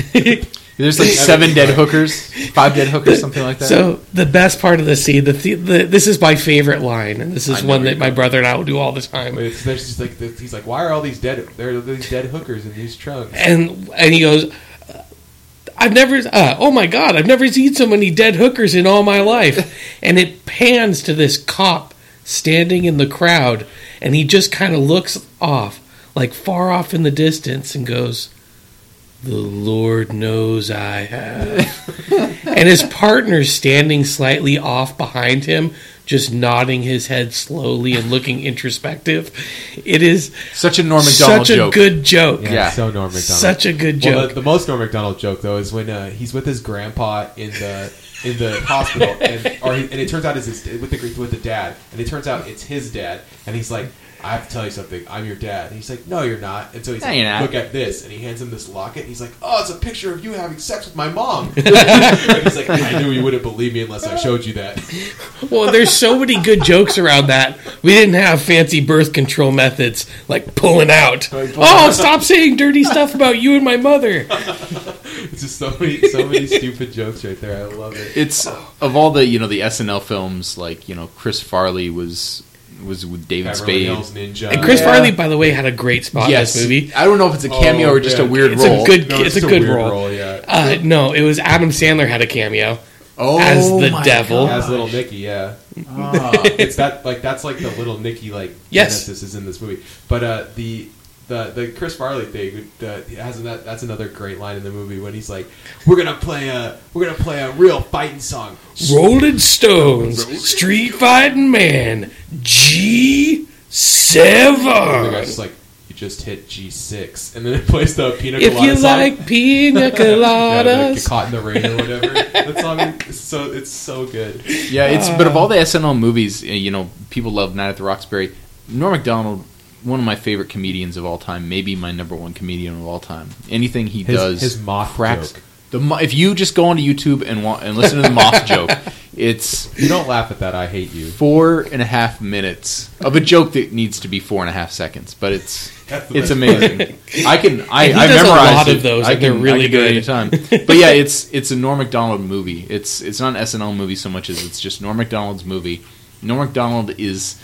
There's like seven dead hookers, five dead hookers, something like that. So the best part of the scene, the, the, the this is my favorite line, and this I is know one where that my brother and I will do all the time. it's, there's just like this, he's like, why are all these dead there are these dead hookers in these trunks? And and he goes, "I've never, uh, oh my god, I've never seen so many dead hookers in all my life." and it pans to this cop standing in the crowd, and he just kind of looks off, like far off in the distance, and goes, "The Lord knows I have." and his partner standing slightly off behind him. Just nodding his head slowly and looking introspective. It is Such a Norm McDonald such a joke. good joke. Yeah, Yeah. so Norm Macdonald. Such a good joke. Well, the, the most Norm Macdonald joke though is when uh, he's with his grandpa in the in the hospital, and, or he, and it turns out it's his, with the with the dad, and it turns out it's his dad, and he's like, "I have to tell you something. I'm your dad." And he's like, "No, you're not." And so he's No, like, you're not. "Look at this," and he hands him this locket. And he's like, "Oh, it's a picture of you having sex with my mom." and he's like, "I knew you wouldn't believe me unless I showed you that." Well, there's so many good jokes around that. We didn't have fancy birth control methods like pulling out. Like pulling Oh, stop saying dirty stuff about you and my mother. It's just so many so many stupid jokes right there. I love it. It's of all the you know the SNL films like you know Chris Farley was was with David Beverly Spade. Hills Ninja. And Chris Yeah. Farley, by the way, had a great spot in this movie. I don't know if it's a cameo Oh, or just yeah. a weird It's a role. good- it's a just good weird role. yeah. Uh, no, it was Adam Sandler had a cameo. oh, as the my devil. gosh. As little Nicky, yeah. it's that like that's like the little Nicky like Yes. genesis is in this movie. But uh, the the the Chris Farley thing uh, has that that's another great line in the movie when he's like, "We're gonna play a we're gonna play a real fighting song." Rolling Stones, Street Fighting Man, G And the guy's Seven. just like, "You just hit G 6 and then it plays the Pina If Colada you song. like pina yeah, like, get coladas, caught in the rain or whatever. that song is so it's so good. Yeah, it's but of Uh. all the SNL movies, uh, you know, people love Night at the Roxbury. Norm Macdonald, one of my favorite comedians of all time, maybe my number one comedian of all time. Anything he His- does, his moth joke. The mo- if you just go onto YouTube and want, and listen to the moth joke, it's If you don't laugh at that, I hate you. four and a half minutes of a joke that needs to be four and a half seconds, but it's That's the it's best amazing. I can I, And he I does a memorized lot it. of those, I and can, they're really I can do it good. anytime. But yeah, it's it's a Norm Macdonald movie. It's it's not an SNL movie so much as it's just Norm Macdonald's movie. Norm Macdonald is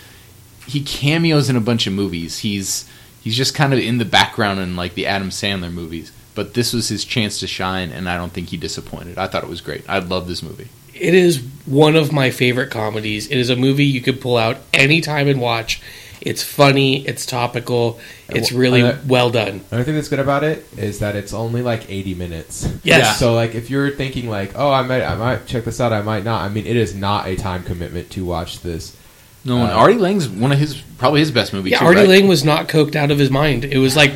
he cameos in a bunch of movies. He's he's just kind of in the background in like the Adam Sandler movies. But this was his chance to shine, and I don't think he disappointed. I thought it was great. I love this movie. It is one of my favorite comedies. It is a movie you could pull out anytime and watch. It's funny, it's topical, it's well, really uh, well done. Another thing that's good about it is that it's only like 80 minutes. Yes. Yeah. So like if you're thinking like, oh, I might, I might check this out, I might not. I mean, it is not a time commitment to watch this. No, and Uh, Artie Lang's one of his probably his best movie. Yeah, too, Artie right? Lang was not coked out of his mind. It was like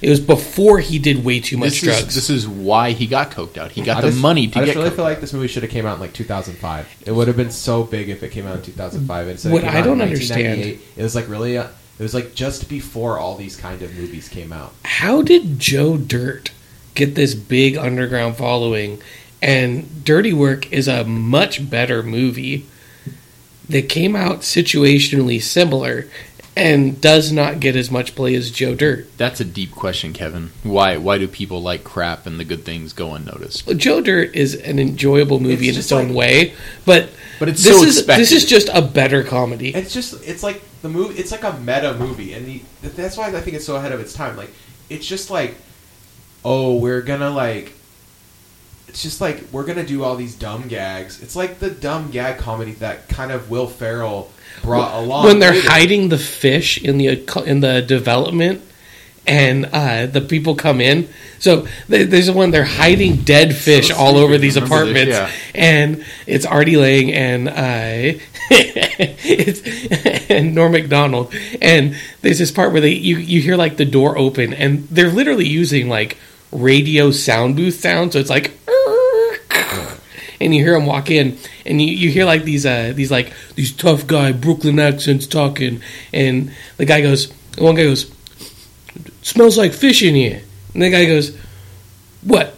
it was before he did way too much this drugs. Is, this is why he got coked out. He got I the just- money to I get just really coked feel out. like this movie should have came out in like 2005. It would have been so big if it came out in 2005. Instead, What it came out I in don't understand- 1998. It was like really, uh, it was like just before all these kind of movies came out. How did Joe Dirt get this big underground following? And Dirty Work is a much better movie that came out situationally similar and does not get as much play as Joe Dirt. That's a deep question, Kevin. Why why do people like crap and the good things go unnoticed? Joe Dirt is an enjoyable It's movie in just its own like- way, but But it's this so is expected. this is just a better comedy. It's just it's like the movie. It's like a meta movie, and the, that's why I think it's so ahead of its time. Like it's just like, oh, we're gonna like. It's just like we're gonna do all these dumb gags. It's like the dumb gag comedy that kind of Will Ferrell brought along when they're later. hiding the fish in the in the development and uh, the people come in so th- there's one they're hiding dead fish So all stupid. over these Remember this, apartments yeah. and it's Artie Lang and uh, it's, and Norm Macdonald and there's this part where they you, you hear like the door open and they're literally using like radio sound booth sound so it's like and you hear them walk in and you, you hear like these uh these like these tough guy Brooklyn accents talking and the guy goes one guy goes smells like fish in here and the guy goes what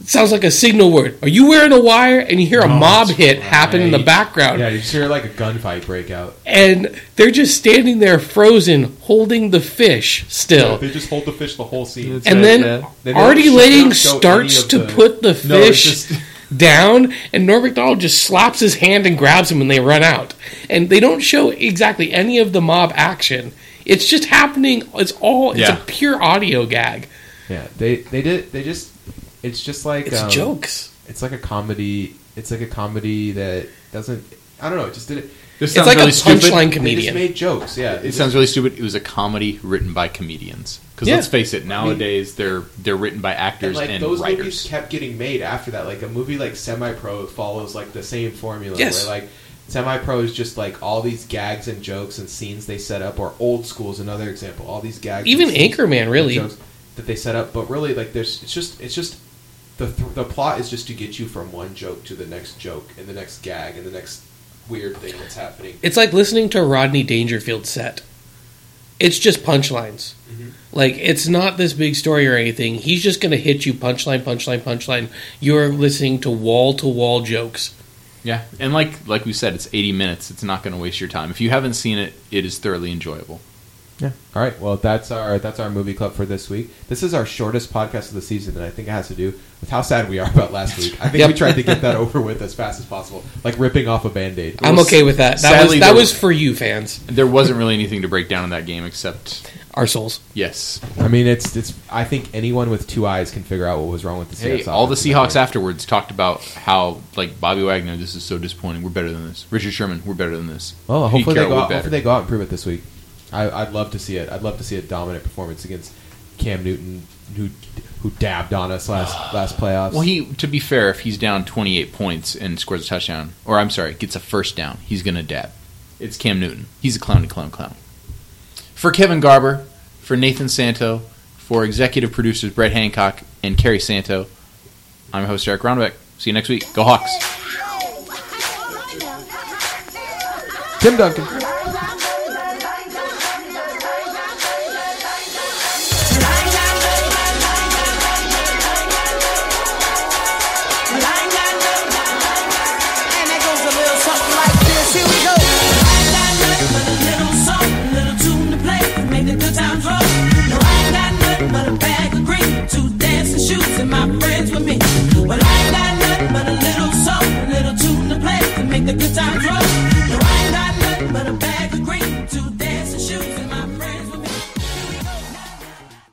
it sounds like a signal word are you wearing a wire and you hear a Oh, mob that's hit happen in the right. background Yeah, you just hear like a gunfight break out. and they're just standing there frozen holding the fish still they just hold the fish the whole scene. It's- and Yeah, then yeah. They don't Artie show- Lang don't show any starts of to the- put the No, it's fish just- down, and Norm McDonald just slaps his hand and grabs him, and they run out. And they don't show exactly any of the mob action. It's just happening. It's all. It's Yeah. a pure audio gag. yeah, they they did they just. It's just like It's um, jokes. It's like a comedy. It's like a comedy that doesn't. I don't know. It just did it. This It's like a punchline They just comedian. made jokes. Yeah, It sounds really stupid. It was a comedy written by comedians. Because let's Yeah. face it, nowadays they're they're written by actors and and, like those movies writers. kept getting made after that. Like a movie like Semi Pro follows like the same formula Yes. where like Semi Pro is just like all these gags and jokes and scenes they set up. Or Old School is another example. All these gags, Even and scenes Anchorman, and really. jokes that they set up. But really, like there's it's just it's just. The, th- the plot is just to get you from one joke to the next joke and the next gag and the next weird thing that's happening. It's like listening to a Rodney Dangerfield set. It's just punchlines. Mhm. Like it's not this big story or anything. He's just going to hit you punchline, punchline, punchline. You're listening to wall to wall jokes. Yeah, and like like we said, it's 80 minutes. It's not going to waste your time. If you haven't seen it, it is thoroughly enjoyable. Yeah. All right. Well, that's our that's our movie club for this week. This is our shortest podcast of the season, and I think it has to do with how sad we are about last week. I think Yep. we tried to get that over with as fast as possible, like ripping off a band aid. I'm was- okay with that. That sadly, was that there- was for you fans. There wasn't really anything to break down in that game except Our souls. yes. I mean, it's it's. I think anyone with two eyes can figure out what was wrong with the Seahawks. Hey, all the offense in that Seahawks game. afterwards talked about how like Bobby Wagner, this is so disappointing. We're better than this. Richard Sherman, we're better than this. Well, Pete hopefully they, Carroll, go we're out, better. hopefully they go out and prove it this week. I, I'd love to see it. I'd love to see a dominant performance against Cam Newton, who who dabbed on us last last playoffs. Well, he to be fair, if he's down 28 points and scores a touchdown, or I'm sorry, gets a first down, he's gonna dab. It's Cam Newton. He's a clown, clown, clown. For Kevin Garber, for Nathan Santo, for executive producers Brett Hancock and Kerry Santo, I'm your host Eric Ronbeck. See you next week. Go Hawks. Tim Duncan. And that goes a little something like this. Here we go. Now I ain't got nothing but a bag of green, two dancing shoes, and my friends with me.